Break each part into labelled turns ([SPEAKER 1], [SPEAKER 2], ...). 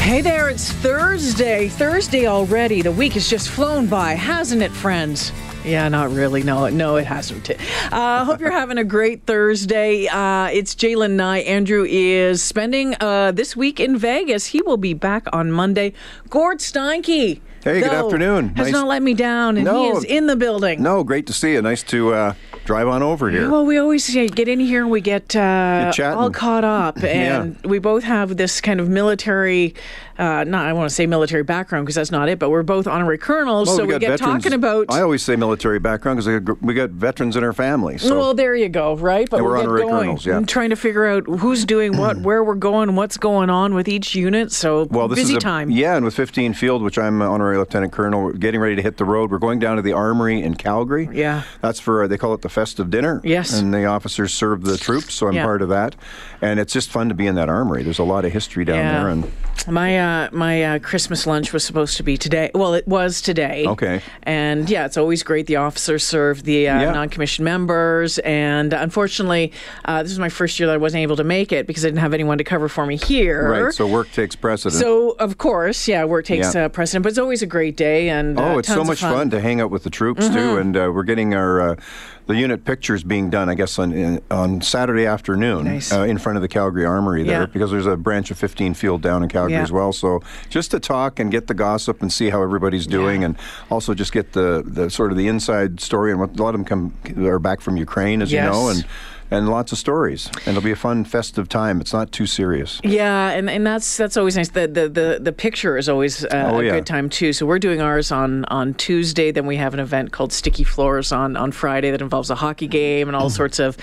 [SPEAKER 1] Hey there, it's Thursday. Thursday already. The week has just flown by, hasn't it, friends? Yeah, not really. No, no, it hasn't. I uh, hope you're having a great Thursday. Uh, it's Jalen Nye. Andrew is spending uh, this week in Vegas. He will be back on Monday. Gord Steinke.
[SPEAKER 2] Hey, good
[SPEAKER 1] though,
[SPEAKER 2] afternoon.
[SPEAKER 1] Has
[SPEAKER 2] Nice-
[SPEAKER 1] not let me down, and he
[SPEAKER 2] No.
[SPEAKER 1] is in the building.
[SPEAKER 2] No, Oh, great to see you. Nice to uh, drive on over here.
[SPEAKER 1] Well, we always say, get in here and we get uh,
[SPEAKER 2] Get chatting.
[SPEAKER 1] all caught up, and we both have this kind of military. Uh, not I want to say military background because that's not it, but we're both honorary colonels,
[SPEAKER 2] Well,
[SPEAKER 1] so we,
[SPEAKER 2] got
[SPEAKER 1] get
[SPEAKER 2] veterans.
[SPEAKER 1] talking about.
[SPEAKER 2] I always say military background because we got veterans in our family. So
[SPEAKER 1] well, there you go, right? But
[SPEAKER 2] And we're
[SPEAKER 1] we get
[SPEAKER 2] honorary
[SPEAKER 1] going
[SPEAKER 2] colonels, yeah.
[SPEAKER 1] and trying to figure out who's doing what, where we're going, what's going on with each unit. So
[SPEAKER 2] Well, this
[SPEAKER 1] busy
[SPEAKER 2] is a,
[SPEAKER 1] time.
[SPEAKER 2] Yeah, and with 15 Field, which I'm uh, honorary lieutenant colonel, we're getting ready to hit the road. We're going down to the Armory in Calgary.
[SPEAKER 1] Yeah.
[SPEAKER 2] that's for uh, they call it the festive dinner.
[SPEAKER 1] Yes.
[SPEAKER 2] and the officers serve the troops, so I'm
[SPEAKER 1] Yeah.
[SPEAKER 2] part of that. And it's just fun to be in that Armory. There's a lot of history down
[SPEAKER 1] Yeah.
[SPEAKER 2] there, and
[SPEAKER 1] My uh, my uh, Christmas lunch was supposed to be today. Well, it was today.
[SPEAKER 2] Okay.
[SPEAKER 1] And yeah, it's always great. The officers serve the uh,
[SPEAKER 2] Yeah.
[SPEAKER 1] non-commissioned members, and unfortunately, uh, this is my first year that I wasn't able to make it because I didn't have anyone to cover for me here.
[SPEAKER 2] right. So work takes precedence.
[SPEAKER 1] So, of course, yeah, work takes
[SPEAKER 2] Yeah.
[SPEAKER 1] uh, precedent, but it's always a great day. And uh,
[SPEAKER 2] Oh, it's so
[SPEAKER 1] tons of Mm-hmm.
[SPEAKER 2] much fun. to hang out with the troops too, and uh, we're getting our uh, the unit pictures being done. I guess on in, on Saturday afternoon
[SPEAKER 1] Nice.
[SPEAKER 2] uh, in front of the Calgary Armory there,
[SPEAKER 1] Yeah.
[SPEAKER 2] because there's a branch of 15 Field down in Calgary
[SPEAKER 1] Yeah.
[SPEAKER 2] as well. So just to talk and get the gossip and see how everybody's doing, and also just get the, the sort of the inside story and what a lot of them come are back from Ukraine, as you know,
[SPEAKER 1] Yes.
[SPEAKER 2] and and lots of stories. And it'll be a fun festive time. It's not too serious.
[SPEAKER 1] Yeah, and, and that's that's always nice. The the the, the picture is always uh,
[SPEAKER 2] Oh,
[SPEAKER 1] a
[SPEAKER 2] yeah.
[SPEAKER 1] good time too. So we're doing ours on on Tuesday. Then we have an event called Sticky Floors on on Friday that involves a hockey game and
[SPEAKER 2] Mm-hmm.
[SPEAKER 1] all sorts of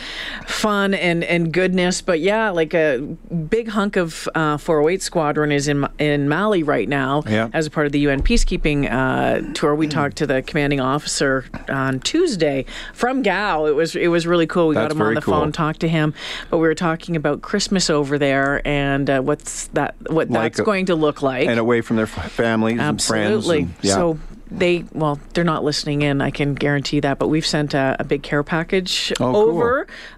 [SPEAKER 1] fun and and goodness. But yeah, like a big hunk of uh, 408 Squadron is in Ma- in Mali right now
[SPEAKER 2] Yeah. Mm-hmm.
[SPEAKER 1] as a part of the UN peacekeeping uh, tour. We talked to the commanding officer on Tuesday from Gao. It was it was really cool. We got
[SPEAKER 2] That's
[SPEAKER 1] him on
[SPEAKER 2] very
[SPEAKER 1] the phone,
[SPEAKER 2] cool.
[SPEAKER 1] talked to him, but we were talking about Christmas over there and uh, what's that what
[SPEAKER 2] Like
[SPEAKER 1] that's
[SPEAKER 2] a-
[SPEAKER 1] going to look like.
[SPEAKER 2] And away from their f- families and friends.
[SPEAKER 1] Absolutely.
[SPEAKER 2] and- yeah.
[SPEAKER 1] So they well, they're not listening in. I can guarantee that. But we've sent a, a big care package
[SPEAKER 2] Oh, cool.
[SPEAKER 1] over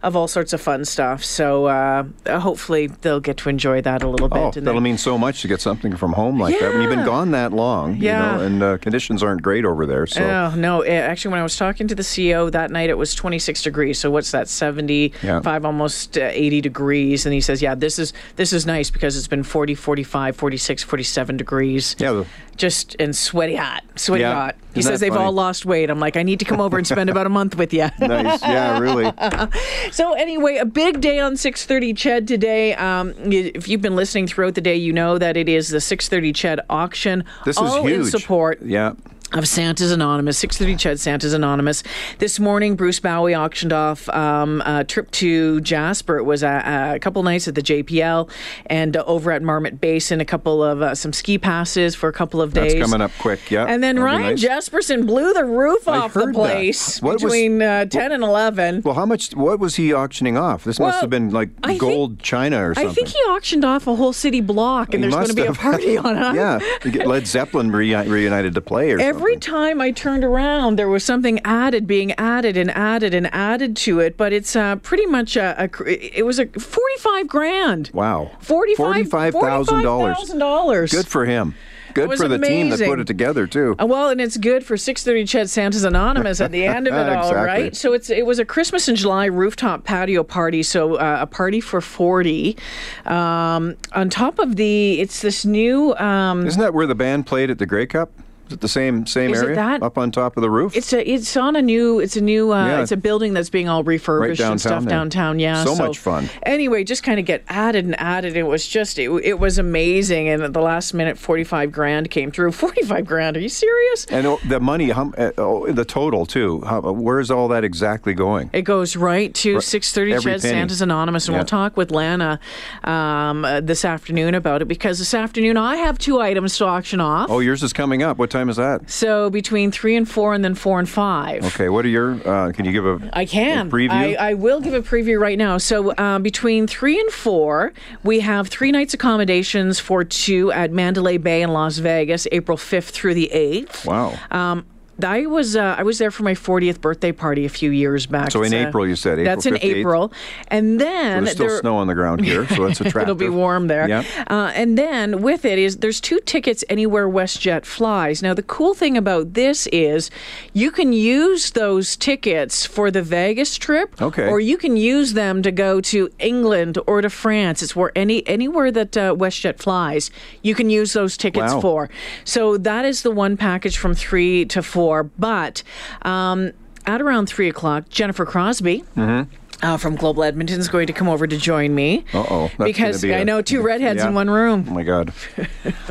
[SPEAKER 1] of all sorts of fun stuff. So uh, hopefully they'll get to enjoy that a little bit.
[SPEAKER 2] Oh,
[SPEAKER 1] and then-
[SPEAKER 2] that'll mean so much to get something from home like that. When you've
[SPEAKER 1] Yeah.
[SPEAKER 2] been gone that long,
[SPEAKER 1] Yeah.
[SPEAKER 2] you know, and uh, conditions aren't great over there. So
[SPEAKER 1] Oh no! eh, actually, when I was talking to the CEO that night, it was 26 degrees. So what's that? 75,
[SPEAKER 2] Yeah.
[SPEAKER 1] almost uh, 80 degrees. And he says, "Yeah, this is this is nice because it's been 40, 45, 46, 47 degrees.
[SPEAKER 2] Yeah, the-
[SPEAKER 1] just and sweaty hot, sweaty
[SPEAKER 2] Yeah.
[SPEAKER 1] hot." He
[SPEAKER 2] Isn't
[SPEAKER 1] says
[SPEAKER 2] that
[SPEAKER 1] they've
[SPEAKER 2] funny?
[SPEAKER 1] all lost weight. I'm like, I need to come over and spend about a month with you.
[SPEAKER 2] nice. Yeah, really.
[SPEAKER 1] So anyway, a big day on 6:30 Ched today. Um, y- if you've been listening throughout the day, you know that it is the 6:30 Ched auction.
[SPEAKER 2] This
[SPEAKER 1] all
[SPEAKER 2] is huge.
[SPEAKER 1] in support
[SPEAKER 2] Yeah.
[SPEAKER 1] of Santa's Anonymous, 630 Ched Santa's Anonymous. This morning, Bruce Bowie auctioned off um, a trip to Jasper. It was a, a couple nights at the JPL and uh, over at Marmot Basin, a couple of uh, some ski passes for a couple of days.
[SPEAKER 2] That's coming up quick. Yeah.
[SPEAKER 1] And then
[SPEAKER 2] that'll be
[SPEAKER 1] Ryan
[SPEAKER 2] nice.
[SPEAKER 1] Jesperson blew the roof
[SPEAKER 2] I
[SPEAKER 1] off the
[SPEAKER 2] heard that.
[SPEAKER 1] place
[SPEAKER 2] What was-
[SPEAKER 1] between uh, 10 and 11.
[SPEAKER 2] Well, how much? What was he auctioning off? This
[SPEAKER 1] Well,
[SPEAKER 2] must have been like
[SPEAKER 1] I think-
[SPEAKER 2] gold china or something.
[SPEAKER 1] I think he auctioned off a whole city block, and
[SPEAKER 2] He
[SPEAKER 1] there's going to
[SPEAKER 2] must
[SPEAKER 1] be a
[SPEAKER 2] have.
[SPEAKER 1] party on it.
[SPEAKER 2] yeah, to get Led Zeppelin reu- reunited to play or
[SPEAKER 1] Every
[SPEAKER 2] something.
[SPEAKER 1] time I turned around, there was something added, being added and added and added to it. But it's uh, pretty much a, a cr- it was a forty-five grand.
[SPEAKER 2] Wow.
[SPEAKER 1] Forty-five
[SPEAKER 2] $45,000.
[SPEAKER 1] dollars.
[SPEAKER 2] Good for him. Good
[SPEAKER 1] was
[SPEAKER 2] for the team that
[SPEAKER 1] amazing.
[SPEAKER 2] put it together too.
[SPEAKER 1] Uh, Well, and it's good for 6:30 Chet Santa's Anonymous at the end of it all, right?
[SPEAKER 2] Exactly.
[SPEAKER 1] So it's it was a Christmas in July rooftop patio party, so uh, a party for 40. Um, on top of the it's this new um,
[SPEAKER 2] Isn't that where the band played at the Grey Cup? Is it the same same
[SPEAKER 1] Is it
[SPEAKER 2] area
[SPEAKER 1] that?
[SPEAKER 2] up on top of the roof?
[SPEAKER 1] It's a it's on a new it's a new uh,
[SPEAKER 2] Yeah.
[SPEAKER 1] it's a building that's being all refurbished and stuff
[SPEAKER 2] downtown there.
[SPEAKER 1] downtown. Yeah,
[SPEAKER 2] So much fun.
[SPEAKER 1] Anyway, just kind of get added and added. It was just it, it was amazing, and at the last minute, forty five grand came through. Forty five grand? Are you serious?
[SPEAKER 2] And oh, the money, hum, uh, oh, the total too. How, where's all that exactly going?
[SPEAKER 1] It goes right to six thirty.
[SPEAKER 2] Every
[SPEAKER 1] Chad
[SPEAKER 2] penny.
[SPEAKER 1] Santa's Anonymous, and
[SPEAKER 2] Yeah.
[SPEAKER 1] we'll talk with Lana um, uh, this afternoon about it because this afternoon I have two items to auction off.
[SPEAKER 2] Oh, yours is coming up. What time is that?
[SPEAKER 1] So between three and four, and then four and five.
[SPEAKER 2] Okay, what are your? Uh, can you give a?
[SPEAKER 1] I can.
[SPEAKER 2] a preview.
[SPEAKER 1] I, I will give a preview right now. So uh, between three and four, we have three nights accommodations for two at Mandalay Bay in Las Vegas, April fifth through the eighth.
[SPEAKER 2] wow.
[SPEAKER 1] Um, I was uh, I was there for my 40th birthday party a few years back.
[SPEAKER 2] So in
[SPEAKER 1] It's, uh,
[SPEAKER 2] April, you said, April
[SPEAKER 1] that's in
[SPEAKER 2] 58th.
[SPEAKER 1] April, and then
[SPEAKER 2] There's still
[SPEAKER 1] there-
[SPEAKER 2] snow on the ground here, so that's attractive.
[SPEAKER 1] It'll be warm there.
[SPEAKER 2] Yeah.
[SPEAKER 1] Uh, and then with it is there's two tickets anywhere WestJet flies. Now the cool thing about this is you can use those tickets for the Vegas trip,
[SPEAKER 2] Okay.
[SPEAKER 1] or you can use them to go to England or to France. It's where any anywhere that uh, WestJet flies, you can use those tickets
[SPEAKER 2] Wow.
[SPEAKER 1] for. So that is the one package from three to four, but. Um, at around three o'clock, Jennifer Crosby uh, from Global Edmonton is going to come over to join me.
[SPEAKER 2] Uh-oh, that's gonna
[SPEAKER 1] Because
[SPEAKER 2] be
[SPEAKER 1] I
[SPEAKER 2] a-
[SPEAKER 1] know two redheads
[SPEAKER 2] Yeah.
[SPEAKER 1] in one
[SPEAKER 2] Oh
[SPEAKER 1] room.
[SPEAKER 2] my God.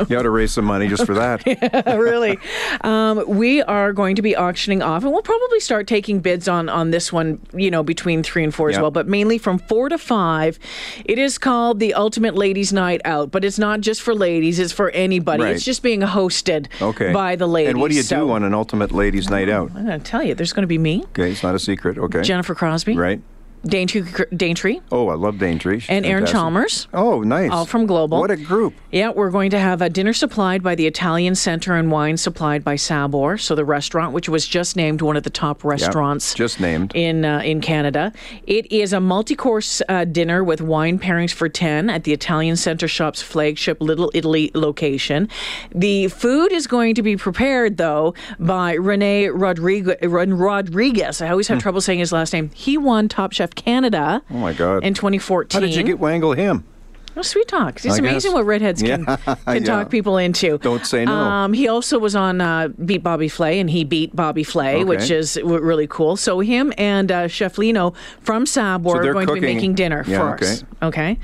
[SPEAKER 2] You ought to raise some money just for that.
[SPEAKER 1] really. Um, we are going to be auctioning off, and we'll probably start taking bids on, on this one, you know, between three and four as
[SPEAKER 2] Yeah.
[SPEAKER 1] well, but mainly from four to five. It is called the Ultimate Ladies Night Out, but it's not just for ladies, it's for anybody.
[SPEAKER 2] Right.
[SPEAKER 1] It's just being hosted
[SPEAKER 2] Okay.
[SPEAKER 1] by the ladies.
[SPEAKER 2] And what do you
[SPEAKER 1] so-
[SPEAKER 2] do on an ultimate ladies' night out?
[SPEAKER 1] I'm going to tell you, there's going to be me,
[SPEAKER 2] Okay, it's not a secret. Okay.
[SPEAKER 1] Jennifer Crosby,
[SPEAKER 2] Right.
[SPEAKER 1] Daintree, Daintree
[SPEAKER 2] Oh, I love Daintree. She's
[SPEAKER 1] and Aaron
[SPEAKER 2] fantastic.
[SPEAKER 1] Chalmers.
[SPEAKER 2] Oh, nice.
[SPEAKER 1] All from Global.
[SPEAKER 2] What a group.
[SPEAKER 1] Yeah, we're going to have a dinner supplied by the Italian Center and wine supplied by Sabor, so the restaurant, which was just named one of the top restaurants
[SPEAKER 2] just named.
[SPEAKER 1] in uh, in Canada. It is a multi-course uh, dinner with wine pairings for ten at the Italian Center Shop's flagship Little Italy location. The food is going to be prepared though by Rene Rodrigue- Ron- Rodriguez. I always have trouble saying his last name. He won Top Chef Canada.
[SPEAKER 2] Hmm. Oh, my God.
[SPEAKER 1] In 2014.
[SPEAKER 2] How did you get wangle him?
[SPEAKER 1] Well, sweet talks. It's
[SPEAKER 2] I
[SPEAKER 1] amazing
[SPEAKER 2] guess.
[SPEAKER 1] what redheads can,
[SPEAKER 2] Yeah,
[SPEAKER 1] can
[SPEAKER 2] yeah.
[SPEAKER 1] talk people into.
[SPEAKER 2] Don't say no.
[SPEAKER 1] Um, he also was on uh, Beat Bobby Flay, and he beat Bobby Flay, which
[SPEAKER 2] Okay.
[SPEAKER 1] is w- really cool. So him and uh, Chef Lino from Sabor are
[SPEAKER 2] they're
[SPEAKER 1] going to be
[SPEAKER 2] cooking-
[SPEAKER 1] making dinner
[SPEAKER 2] Yeah,
[SPEAKER 1] for
[SPEAKER 2] okay.
[SPEAKER 1] us. Okay.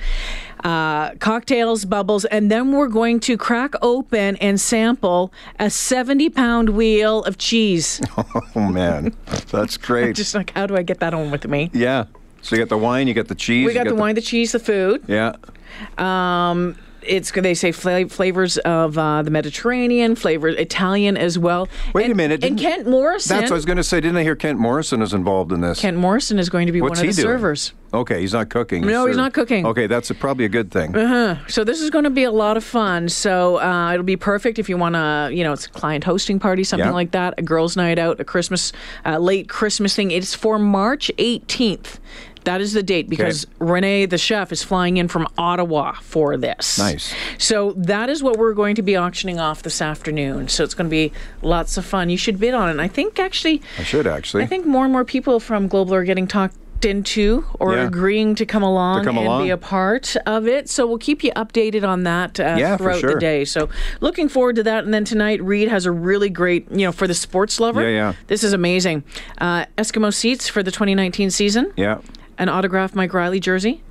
[SPEAKER 1] Uh, cocktails, bubbles, and then we're going to crack open and sample a 70 pound wheel of cheese.
[SPEAKER 2] Oh, man. That's great.
[SPEAKER 1] Just like, how do I get that on with me?
[SPEAKER 2] yeah. So you got the wine, you got the cheese.
[SPEAKER 1] We
[SPEAKER 2] you
[SPEAKER 1] got the wine, the cheese, the food.
[SPEAKER 2] Yeah.
[SPEAKER 1] Um, it's they say fla- flavors of uh, the Mediterranean, flavors Italian as well.
[SPEAKER 2] Wait
[SPEAKER 1] and,
[SPEAKER 2] a minute.
[SPEAKER 1] And
[SPEAKER 2] didn't-
[SPEAKER 1] Kent Morrison.
[SPEAKER 2] That's what I was going to say. Didn't I hear Kent Morrison is involved in this?
[SPEAKER 1] Kent Morrison is going to be
[SPEAKER 2] What's
[SPEAKER 1] one
[SPEAKER 2] he
[SPEAKER 1] of the
[SPEAKER 2] doing?
[SPEAKER 1] servers.
[SPEAKER 2] Okay, he's not cooking.
[SPEAKER 1] No, he's
[SPEAKER 2] serving.
[SPEAKER 1] not cooking. Uh,
[SPEAKER 2] Okay, that's a, probably a good thing.
[SPEAKER 1] Uh-huh. So this is going to be a lot of fun. So uh, it'll be perfect if you want to, you know, it's a client hosting party, something
[SPEAKER 2] Yeah.
[SPEAKER 1] like that, a girls' night out, a Christmas, uh, late Christmas thing. It's for March 18th. That is the date because Renee, the chef, is flying in from Ottawa for this.
[SPEAKER 2] Nice.
[SPEAKER 1] So that is what we're going to be auctioning off this afternoon. So it's going to be lots of fun. You should bid on it. And I think actually,
[SPEAKER 2] I should actually.
[SPEAKER 1] I think more and more people from Global are getting talked into or
[SPEAKER 2] Yeah.
[SPEAKER 1] agreeing to come along
[SPEAKER 2] To come
[SPEAKER 1] and
[SPEAKER 2] along.
[SPEAKER 1] be a part of it. So we'll keep you updated on that uh,
[SPEAKER 2] Yeah, for
[SPEAKER 1] throughout the
[SPEAKER 2] sure.
[SPEAKER 1] day. So looking forward to that. And then tonight, Reed has a really great, you know, for the sports lover.
[SPEAKER 2] Yeah, yeah.
[SPEAKER 1] This is amazing. Uh, Eskimo seats for the 2019 season.
[SPEAKER 2] yeah.
[SPEAKER 1] An autographed Mike Riley jersey.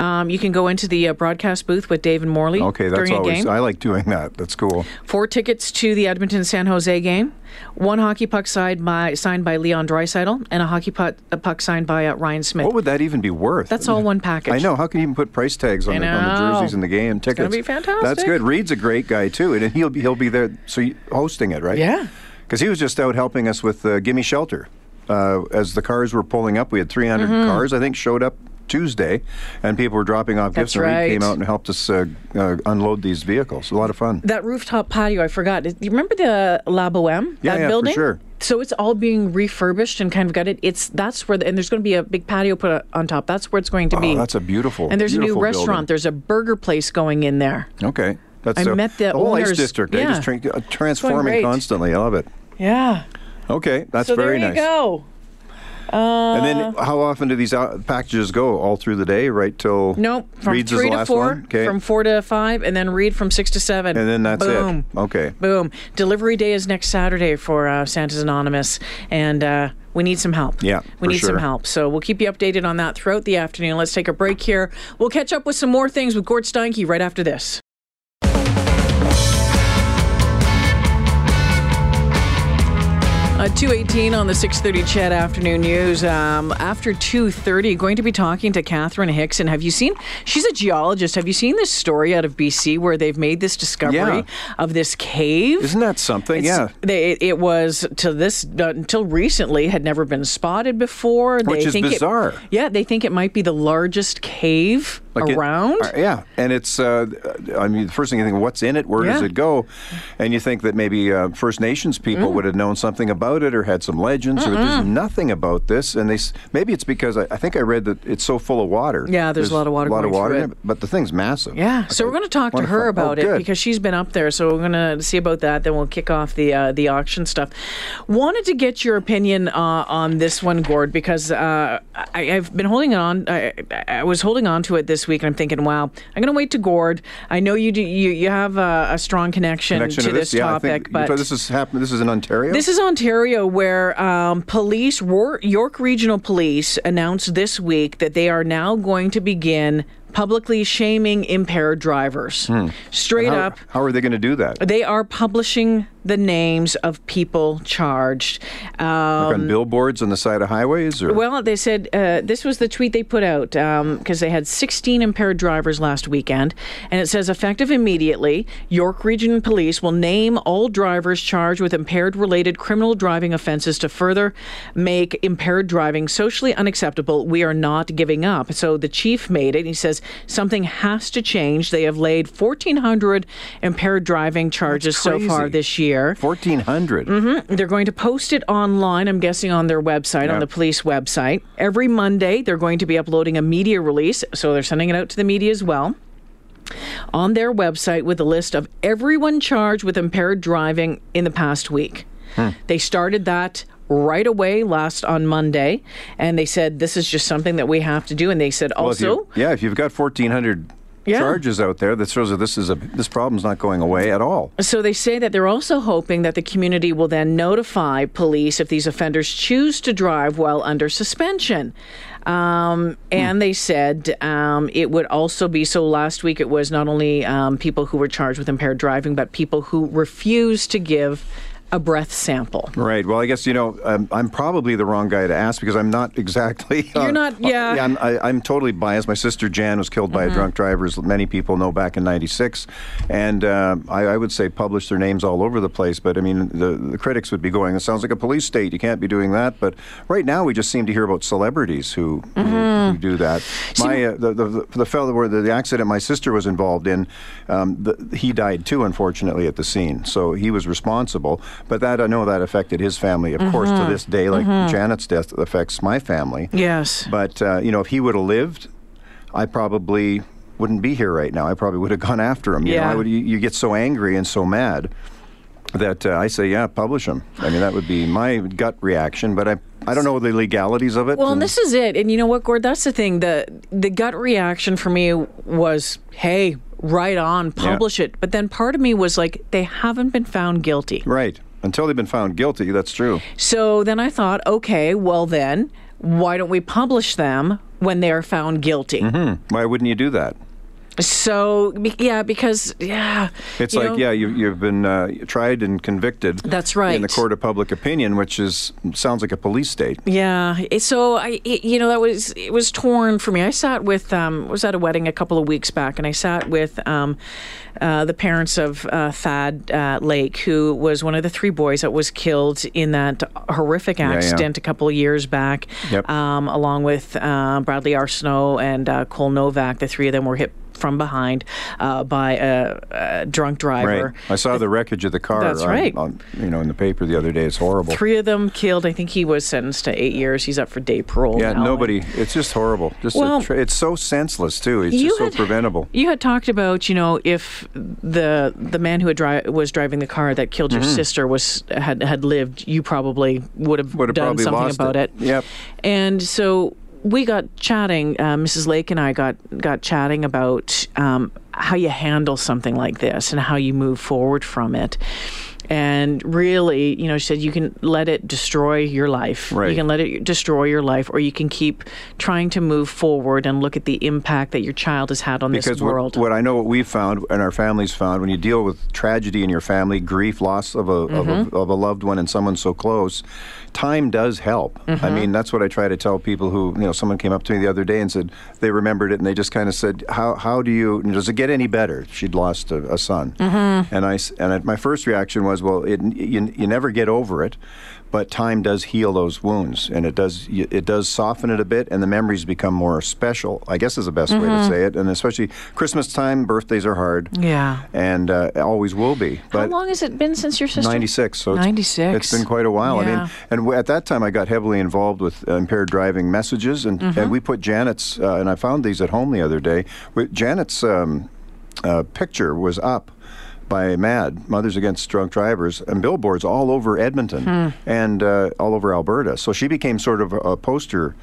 [SPEAKER 1] Um, you can go into the uh, broadcast booth with Dave and Morley
[SPEAKER 2] Okay, that's
[SPEAKER 1] during a
[SPEAKER 2] always.
[SPEAKER 1] game.
[SPEAKER 2] I like doing that. That's cool.
[SPEAKER 1] Four tickets to the Edmonton San Jose game, one hockey puck side by, signed by Leon Dreisaitl, and a hockey puck, a puck signed by uh, Ryan Smith.
[SPEAKER 2] What would that even be worth?
[SPEAKER 1] That's all one package.
[SPEAKER 2] Oh, I know. How can you even put price tags on,
[SPEAKER 1] I
[SPEAKER 2] the, on
[SPEAKER 1] know.
[SPEAKER 2] the jerseys and the game tickets?
[SPEAKER 1] gonna be
[SPEAKER 2] That's
[SPEAKER 1] fantastic.
[SPEAKER 2] good. Reed's a great guy too, and he'll be he'll be there. So you, hosting it, right?
[SPEAKER 1] Yeah.
[SPEAKER 2] Because he was just out helping us with uh, Gimme Shelter. Uh, as the cars were pulling up, we had 300
[SPEAKER 1] Mm-hmm.
[SPEAKER 2] cars, I think, showed up Tuesday, and people were dropping off
[SPEAKER 1] That's
[SPEAKER 2] gifts. And
[SPEAKER 1] right.
[SPEAKER 2] Reed came out and helped us uh, uh, unload these vehicles. A lot of fun.
[SPEAKER 1] That rooftop patio, I forgot. Do You remember the La Boheme?
[SPEAKER 2] Yeah,
[SPEAKER 1] that
[SPEAKER 2] yeah, for
[SPEAKER 1] building?
[SPEAKER 2] sure.
[SPEAKER 1] So it's all being refurbished and kind of gutted. It's that's where, the, and there's going to be a big patio put uh, on top. That's where it's going to be.
[SPEAKER 2] that's a beautiful,
[SPEAKER 1] And there's a
[SPEAKER 2] beautiful
[SPEAKER 1] new restaurant.
[SPEAKER 2] building.
[SPEAKER 1] There's a burger place going in there.
[SPEAKER 2] Okay. That's uh,
[SPEAKER 1] I
[SPEAKER 2] the-
[SPEAKER 1] met the
[SPEAKER 2] whole
[SPEAKER 1] owners.
[SPEAKER 2] ice district. They
[SPEAKER 1] Yeah.
[SPEAKER 2] just tra- uh, transforming
[SPEAKER 1] great.
[SPEAKER 2] constantly. I love it.
[SPEAKER 1] Yeah.
[SPEAKER 2] Okay, that's
[SPEAKER 1] so
[SPEAKER 2] very
[SPEAKER 1] there
[SPEAKER 2] nice.
[SPEAKER 1] you go.
[SPEAKER 2] And then,
[SPEAKER 1] Uh,
[SPEAKER 2] how often do these out- packages go? All through the day, right till
[SPEAKER 1] Nope. From
[SPEAKER 2] Reed's is
[SPEAKER 1] three
[SPEAKER 2] the
[SPEAKER 1] to
[SPEAKER 2] last
[SPEAKER 1] four,
[SPEAKER 2] one? Okay,
[SPEAKER 1] from four to five, and then read from six to seven.
[SPEAKER 2] and then that's
[SPEAKER 1] Boom.
[SPEAKER 2] it. Okay,
[SPEAKER 1] Boom. Delivery day is next Saturday for uh, Santa's Anonymous, and uh, we need some help.
[SPEAKER 2] Yeah,
[SPEAKER 1] We
[SPEAKER 2] for
[SPEAKER 1] need some
[SPEAKER 2] sure.
[SPEAKER 1] help. So we'll keep you updated on that throughout the afternoon. Let's take a break here. We'll catch up with some more things with Gord Steinke right after this. I Uh, 218 on the 6:30 Chet Afternoon News. Um, after 2:30, going to be talking to Catherine Hickson. Have you seen? She's a geologist. Have you seen this story out of BC where they've made this discovery
[SPEAKER 2] Yeah.
[SPEAKER 1] of this cave?
[SPEAKER 2] Isn't that something?
[SPEAKER 1] It's-
[SPEAKER 2] yeah.
[SPEAKER 1] they, it, it was to this uh, until recently had never been spotted before.
[SPEAKER 2] Which
[SPEAKER 1] they
[SPEAKER 2] is
[SPEAKER 1] think it-
[SPEAKER 2] bizarre.
[SPEAKER 1] yeah, they think it might be the largest cave
[SPEAKER 2] Like it-
[SPEAKER 1] around.
[SPEAKER 2] uh, yeah, and it's. Uh, I mean, the first thing you think, what's in it? Where does
[SPEAKER 1] Yeah.
[SPEAKER 2] it go? And you think that maybe uh, First Nations
[SPEAKER 1] Mm.
[SPEAKER 2] people would have known something about it, or had some legends, or there's nothing about this. And they s- maybe it's because I, I think I read that it's so full of water.
[SPEAKER 1] Yeah, there's a lot of water
[SPEAKER 2] lot of
[SPEAKER 1] going
[SPEAKER 2] water,
[SPEAKER 1] through
[SPEAKER 2] in
[SPEAKER 1] it.
[SPEAKER 2] but the thing's massive.
[SPEAKER 1] Yeah, so we're going to talk to
[SPEAKER 2] Wonderful.
[SPEAKER 1] her
[SPEAKER 2] Oh,
[SPEAKER 1] about it
[SPEAKER 2] good.
[SPEAKER 1] because she's been up there. So we're going to see about that. Then we'll kick off the uh, the auction stuff. Wanted to get your opinion uh, on this one, Gord, because uh, I, I've been holding on. I, I was holding on to it this week, and I'm thinking, wow, I'm going to wait to Gord. I know you do. You you have a, a strong connection,
[SPEAKER 2] Connection
[SPEAKER 1] to,
[SPEAKER 2] to this,
[SPEAKER 1] this,
[SPEAKER 2] yeah,
[SPEAKER 1] topic,
[SPEAKER 2] I think,
[SPEAKER 1] but
[SPEAKER 2] so this is happening. This is in Ontario.
[SPEAKER 1] this is Ontario, where um, police, Wor- York Regional Police, announced this week that they are now going to begin publicly shaming impaired drivers. Straight
[SPEAKER 2] how,
[SPEAKER 1] up.
[SPEAKER 2] How are they going to do that?
[SPEAKER 1] They are publishing the names of people charged. Um,
[SPEAKER 2] like on billboards on the side of highways, or
[SPEAKER 1] well, they said uh, this was the tweet they put out because they had 16 impaired drivers last weekend. And it says, effective immediately, York Region Police will name all drivers charged with impaired related criminal driving offenses to further make impaired driving socially unacceptable. We are not giving up. So the chief made it. He says, something has to change. They have laid 1,400 impaired driving charges so far
[SPEAKER 2] crazy.
[SPEAKER 1] this year.
[SPEAKER 2] 1400
[SPEAKER 1] They're going to post it online, I'm guessing on their website, on
[SPEAKER 2] Yeah.
[SPEAKER 1] the police website. Every Monday, they're going to be uploading a media release, so they're sending it out to the media as well. On their website with a list of everyone charged with impaired driving in the past week.
[SPEAKER 2] Hmm.
[SPEAKER 1] They started that right away last on Monday, and they said this is just something that we have to do. And they said
[SPEAKER 2] Well, if
[SPEAKER 1] also.
[SPEAKER 2] you- yeah, if you've got 1,400
[SPEAKER 1] Yeah.
[SPEAKER 2] charges out there, that shows that this is a this problem's not going away at all.
[SPEAKER 1] So they say that they're also hoping that the community will then notify police if these offenders choose to drive while under suspension. Um, and they said um, it would also be so. Last week, it was not only um, people who were charged with impaired driving, but people who refused to give a breath sample.
[SPEAKER 2] Right. Well, I guess you know um, I'm probably the wrong guy to ask because I'm not exactly. uh,
[SPEAKER 1] You're not- yeah.
[SPEAKER 2] I'm, I, I'm totally biased. My sister Jan was killed by a drunk driver, as many people know, back in '96, and um I, I would say publish their names all over the place. But I mean, the, the critics would be going, "It sounds like a police state. You can't be doing that." But right now, we just seem to hear about celebrities who, who- who, do that. my uh, the, the the fellow where the, the accident my sister was involved in, um, the, he died too, unfortunately, at the scene. So he was responsible. But that I know that affected his family, of course, to this day. Like Janet's death affects my family.
[SPEAKER 1] Yes.
[SPEAKER 2] But uh, you know, if he would have lived, I probably wouldn't be here right now. I probably would have gone after him. You know,
[SPEAKER 1] Yeah.
[SPEAKER 2] I would, you, you get so angry and so mad that uh, I say, yeah, publish him. I mean, that would be my gut reaction. But I, I don't know the legalities of it.
[SPEAKER 1] Well,
[SPEAKER 2] and-
[SPEAKER 1] and this is it. And you know what, Gord? That's the thing. The the gut reaction for me was, hey, right on, publish it. But then part of me was like, they haven't been found guilty.
[SPEAKER 2] right until they've been found guilty. That's true.
[SPEAKER 1] So then I thought, okay, well then, why don't we publish them when they are found guilty?
[SPEAKER 2] Hmm. Why wouldn't you do that?
[SPEAKER 1] So be- yeah, because yeah,
[SPEAKER 2] It's
[SPEAKER 1] you
[SPEAKER 2] like,
[SPEAKER 1] know,
[SPEAKER 2] yeah, you, you've been uh, tried and convicted.
[SPEAKER 1] That's
[SPEAKER 2] In the
[SPEAKER 1] right.
[SPEAKER 2] court of public opinion, which is sounds like a police state.
[SPEAKER 1] Yeah, it- so I, it- you know, that was it was torn for me. I sat with um, was at a wedding a couple of weeks back, and I sat with um, uh, the parents of uh, Thad uh, Lake, who was one of the three boys that was killed in that horrific
[SPEAKER 2] yeah.
[SPEAKER 1] accident a couple of years back,
[SPEAKER 2] Yep.
[SPEAKER 1] um, along with uh, Bradley Arsenault and uh, Cole Novak. The three of them were hit from behind uh, by a, a drunk driver.
[SPEAKER 2] Right. I saw the wreckage of the car.
[SPEAKER 1] That's
[SPEAKER 2] on-
[SPEAKER 1] right.
[SPEAKER 2] On, you know, in the paper the other day. It's horrible.
[SPEAKER 1] Three of them killed. I think he was sentenced to eight years. He's up for day parole.
[SPEAKER 2] Yeah,
[SPEAKER 1] now.
[SPEAKER 2] nobody. It's just horrible. Just a
[SPEAKER 1] Well-
[SPEAKER 2] tra- it's so senseless too. It's
[SPEAKER 1] You
[SPEAKER 2] just so
[SPEAKER 1] had-
[SPEAKER 2] preventable.
[SPEAKER 1] You had talked about, you know, if the the man who had dri- was driving the car that killed your
[SPEAKER 2] Mm-hmm.
[SPEAKER 1] sister was had had lived, you probably would have
[SPEAKER 2] Would have
[SPEAKER 1] done
[SPEAKER 2] probably
[SPEAKER 1] something
[SPEAKER 2] lost
[SPEAKER 1] about it.
[SPEAKER 2] it. Yep.
[SPEAKER 1] And so we got chatting. Uh, Mrs. Lake and I got got chatting about um, how you handle something like this and how you move forward from it. and really, you know, she said you can let it destroy your life.
[SPEAKER 2] Right.
[SPEAKER 1] You can let it destroy your life, or you can keep trying to move forward and look at the impact that your child has had on this
[SPEAKER 2] because what-
[SPEAKER 1] world.
[SPEAKER 2] What, I know, what we've found and our families found, when you deal with tragedy in your family, grief, loss of a, of
[SPEAKER 1] Mm-hmm.
[SPEAKER 2] a, of a loved one and someone so close, time does help.
[SPEAKER 1] Mm-hmm.
[SPEAKER 2] I mean, that's what I try to tell people who, you know, someone came up to me the other day and said they remembered it and they just kind of said, how, how do you, does it get any better? She'd lost a, a son.
[SPEAKER 1] Mm-hmm.
[SPEAKER 2] And, I, s- and I, my first reaction was, well, it, you, you never get over it. But time does heal those wounds, and it does y- it does soften it a bit, and the memories become more special. I guess is the best way to say it. And especially Christmas time, birthdays are hard.
[SPEAKER 1] Yeah.
[SPEAKER 2] and uh, always will be.
[SPEAKER 1] How
[SPEAKER 2] But
[SPEAKER 1] long has it been since your sister?
[SPEAKER 2] 96, so it's-
[SPEAKER 1] 96.
[SPEAKER 2] it's been quite a while. I
[SPEAKER 1] Yeah.
[SPEAKER 2] mean, and w- at that time, I got heavily involved with uh, impaired driving messages, and, and we put Janet's, uh, and I found these at home the other day. We, Janet's um, uh, picture was up by MAD, Mothers Against Drunk Drivers, and billboards all over Edmonton and uh, all over Alberta. So she became sort of a, a poster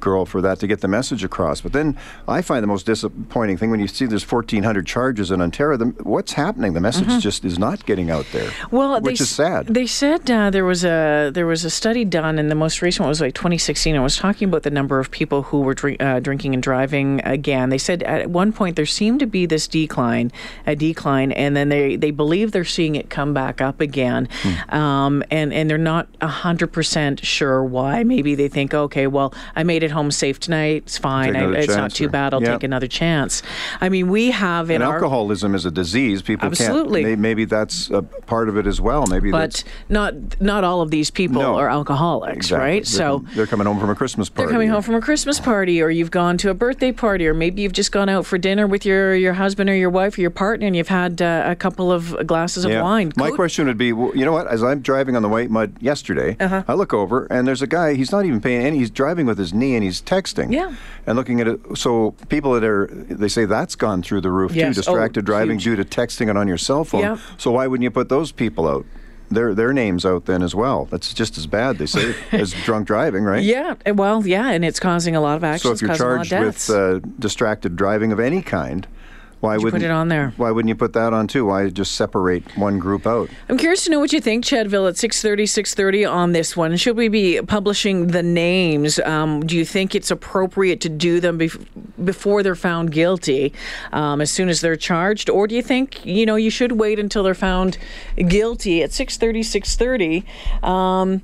[SPEAKER 2] girl for that to get the message across. But then I find the most disappointing thing when you see there's 1,400 charges in Ontario. The, what's happening? The message just is not getting out there.
[SPEAKER 1] Well,
[SPEAKER 2] which
[SPEAKER 1] they,
[SPEAKER 2] is sad.
[SPEAKER 1] They said uh, there was a there was a study done, and the most recent one was like 2016. It was talking about the number of people who were drink, uh, drinking and driving again. They said at one point there seemed to be this decline, a decline, and then they they believe they're seeing it come back up again,
[SPEAKER 2] Hmm.
[SPEAKER 1] um, and and they're not hundred percent sure why. Maybe they think, okay, well, I made it home safe tonight. It's fine.
[SPEAKER 2] Take
[SPEAKER 1] I,
[SPEAKER 2] another
[SPEAKER 1] it's not
[SPEAKER 2] chance
[SPEAKER 1] too
[SPEAKER 2] or-
[SPEAKER 1] bad. I'll
[SPEAKER 2] Yeah.
[SPEAKER 1] take another chance. I mean, we have in
[SPEAKER 2] And
[SPEAKER 1] our
[SPEAKER 2] alcoholism is a disease. People
[SPEAKER 1] Absolutely.
[SPEAKER 2] can't. may- Maybe that's a part of it as well. Maybe
[SPEAKER 1] but
[SPEAKER 2] that's
[SPEAKER 1] not not all of these people
[SPEAKER 2] No.
[SPEAKER 1] are alcoholics,
[SPEAKER 2] exactly.
[SPEAKER 1] right?
[SPEAKER 2] They're,
[SPEAKER 1] So
[SPEAKER 2] they're coming home from a Christmas party.
[SPEAKER 1] they're coming home from a Christmas party, or you've gone to a birthday party, or maybe you've just gone out for dinner with your your husband or your wife or your partner, and you've had uh, a couple of glasses of
[SPEAKER 2] Yeah.
[SPEAKER 1] wine.
[SPEAKER 2] My
[SPEAKER 1] Go-
[SPEAKER 2] question would be, well, you know what? As I'm driving on the white mud yesterday,
[SPEAKER 1] Uh-huh.
[SPEAKER 2] I look over and there's a guy. He's not even paying any. He's driving with his knee and he's texting.
[SPEAKER 1] Yeah.
[SPEAKER 2] And looking at it. So people that are, they say that's gone through the roof
[SPEAKER 1] Yes. Oh,
[SPEAKER 2] too. Distracted driving
[SPEAKER 1] huge.
[SPEAKER 2] due to texting and on your cell phone.
[SPEAKER 1] Yep.
[SPEAKER 2] So why wouldn't you put those people out? Their their names out then as well. That's just as bad. They say as drunk driving, right?
[SPEAKER 1] Yeah, eh, well, yeah, and it's causing a lot of actions,
[SPEAKER 2] So if you're
[SPEAKER 1] causing
[SPEAKER 2] charged
[SPEAKER 1] a lot of
[SPEAKER 2] with
[SPEAKER 1] deaths.
[SPEAKER 2] uh, distracted driving of any kind, why
[SPEAKER 1] you put
[SPEAKER 2] wouldn't
[SPEAKER 1] it on there?
[SPEAKER 2] Why wouldn't you put that on too? Why just separate one group out?
[SPEAKER 1] I'm curious to know what you think, Chadville, at 6.30, 6.30 on this one. Should we be publishing the names? Um, do you think it's appropriate to do them bef- before they're found guilty, um, as soon as they're charged? Or do you think, you know, you should wait until they're found guilty at 6.30, 6.30? Um,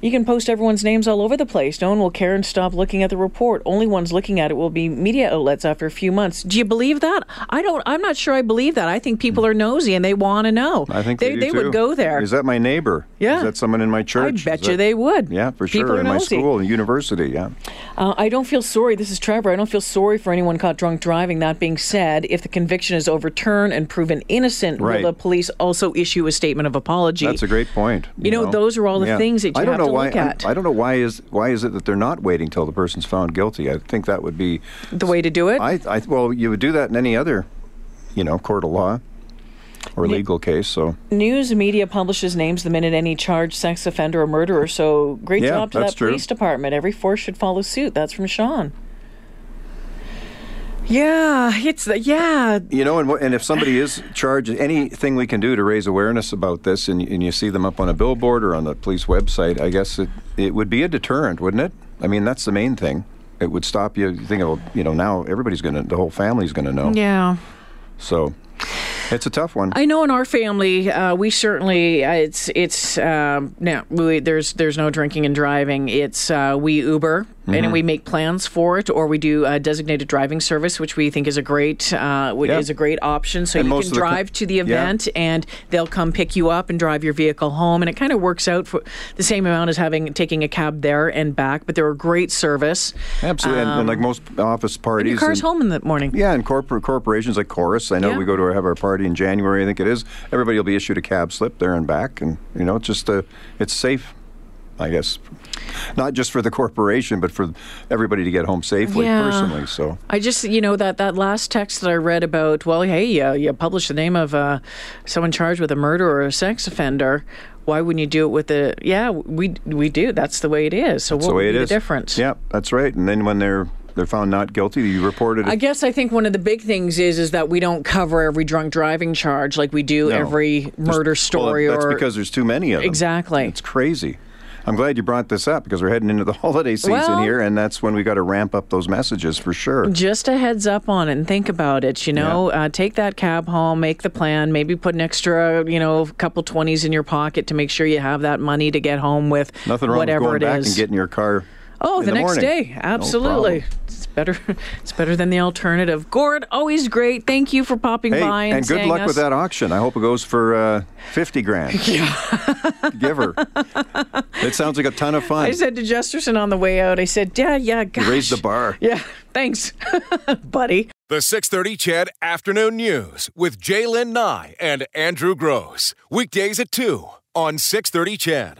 [SPEAKER 1] you can post everyone's names all over the place. No one will care and stop looking at the report. Only ones looking at it will be media outlets after a few months. Do you believe that? I don't. I'm not sure. I believe that. I think people are nosy and they want to know.
[SPEAKER 2] I think
[SPEAKER 1] they
[SPEAKER 2] do,
[SPEAKER 1] they
[SPEAKER 2] too.
[SPEAKER 1] would go there.
[SPEAKER 2] Is that my neighbor?
[SPEAKER 1] Yeah.
[SPEAKER 2] Is that someone in my
[SPEAKER 1] I
[SPEAKER 2] church? Is
[SPEAKER 1] bet you
[SPEAKER 2] that-
[SPEAKER 1] they would.
[SPEAKER 2] Yeah, for
[SPEAKER 1] People
[SPEAKER 2] sure.
[SPEAKER 1] are
[SPEAKER 2] In my
[SPEAKER 1] nosy.
[SPEAKER 2] school, and university. Yeah.
[SPEAKER 1] Uh, I don't feel sorry. This is Trevor. I don't feel sorry for anyone caught drunk driving. That being said, if the conviction is overturned and proven innocent,
[SPEAKER 2] Right.
[SPEAKER 1] will the police also issue a statement of apology?
[SPEAKER 2] That's a great point.
[SPEAKER 1] You know, those are all the things that you
[SPEAKER 2] I don't
[SPEAKER 1] have
[SPEAKER 2] know
[SPEAKER 1] to
[SPEAKER 2] why,
[SPEAKER 1] look at.
[SPEAKER 2] I, I don't know why is why is it that they're not waiting till the person's found guilty. I think that would be.
[SPEAKER 1] the way to do it.
[SPEAKER 2] I, I well, you would do that in any other, you know, court of law, or legal case. So.
[SPEAKER 1] news media publishes names the minute any charged sex offender or murderer. So great
[SPEAKER 2] Yeah,
[SPEAKER 1] job to
[SPEAKER 2] that's
[SPEAKER 1] that
[SPEAKER 2] true.
[SPEAKER 1] police department. Every force should follow suit. That's from Sean. Yeah, it's the, yeah.
[SPEAKER 2] You know, and, wh- and if somebody is charged, anything we can do to raise awareness about this, and, and you see them up on a billboard or on the police website, I guess it, it would be a deterrent, wouldn't it? I mean, that's the main thing. It would stop you thinking, well, you know, now everybody's going to, the whole family's going to know.
[SPEAKER 1] Yeah.
[SPEAKER 2] So it's a tough one.
[SPEAKER 1] I know in our family, uh, we certainly uh, it's it's um, no we, there's there's no drinking and driving. It's uh, we Uber
[SPEAKER 2] Mm-hmm.
[SPEAKER 1] and we make plans for it, or we do a designated driving service, which we think is a great uh, which
[SPEAKER 2] Yeah.
[SPEAKER 1] is a great option. So
[SPEAKER 2] And
[SPEAKER 1] you
[SPEAKER 2] most
[SPEAKER 1] can
[SPEAKER 2] of the co-
[SPEAKER 1] drive to the
[SPEAKER 2] Yeah.
[SPEAKER 1] event and they'll come pick you up and drive your vehicle home, and it kind of works out for the same amount as having taking a cab there and back. But they're a great service.
[SPEAKER 2] Absolutely. and, and like most office parties.
[SPEAKER 1] Um, Your car's
[SPEAKER 2] and-
[SPEAKER 1] home in the morning.
[SPEAKER 2] Yeah, and corporate corporations like Chorus. I know
[SPEAKER 1] Yeah.
[SPEAKER 2] we go to have our party in January. I think it is. Everybody will be issued a cab slip there and back, and you know, it's just uh it's safe, I guess, not just for the corporation, but for everybody to get home safely.
[SPEAKER 1] Yeah.
[SPEAKER 2] Personally, so
[SPEAKER 1] I just, you know, that, that last text that I read about, well, hey, uh, you published the name of uh, someone charged with a murder or a sex offender. Why wouldn't you do it with the? Yeah, we we do. That's the way it is. So
[SPEAKER 2] that's
[SPEAKER 1] what
[SPEAKER 2] the way
[SPEAKER 1] would
[SPEAKER 2] it
[SPEAKER 1] be
[SPEAKER 2] is.
[SPEAKER 1] the difference?
[SPEAKER 2] Yeah, that's right. And then when they're they're found not guilty. You reported
[SPEAKER 1] I
[SPEAKER 2] it.
[SPEAKER 1] guess I think one of the big things is is that we don't cover every drunk driving charge like we do
[SPEAKER 2] No.
[SPEAKER 1] every
[SPEAKER 2] There's-
[SPEAKER 1] murder
[SPEAKER 2] well,
[SPEAKER 1] story
[SPEAKER 2] that's
[SPEAKER 1] or
[SPEAKER 2] because there's too many of them.
[SPEAKER 1] Exactly.
[SPEAKER 2] It's crazy. I'm glad you brought this up because we're heading into the holiday season
[SPEAKER 1] Well-
[SPEAKER 2] here, and that's when we got to ramp up those messages for sure.
[SPEAKER 1] just a heads up on it and think about it you know uh, take that cab home make the plan maybe put an extra you know couple 20s in your pocket to make sure you have that money to get home with
[SPEAKER 2] Nothing wrong
[SPEAKER 1] whatever
[SPEAKER 2] with going
[SPEAKER 1] it
[SPEAKER 2] back
[SPEAKER 1] is
[SPEAKER 2] and getting your car.
[SPEAKER 1] oh
[SPEAKER 2] in
[SPEAKER 1] the, next
[SPEAKER 2] morning.
[SPEAKER 1] day
[SPEAKER 2] No
[SPEAKER 1] absolutely
[SPEAKER 2] problem.
[SPEAKER 1] it's better it's better than the alternative gord always great thank you for popping
[SPEAKER 2] Hey,
[SPEAKER 1] by and,
[SPEAKER 2] and good
[SPEAKER 1] saying
[SPEAKER 2] luck with
[SPEAKER 1] us-
[SPEAKER 2] that auction. I hope it goes for uh, 50 grand. Give her. It sounds like a ton of fun.
[SPEAKER 1] i said to jesterson on the way out i said yeah yeah gosh.
[SPEAKER 2] Raise the bar.
[SPEAKER 1] yeah thanks buddy
[SPEAKER 3] The 630 Chad Afternoon News with Jaylen Nye and Andrew Gross. Weekdays at 2 on 630 Chad.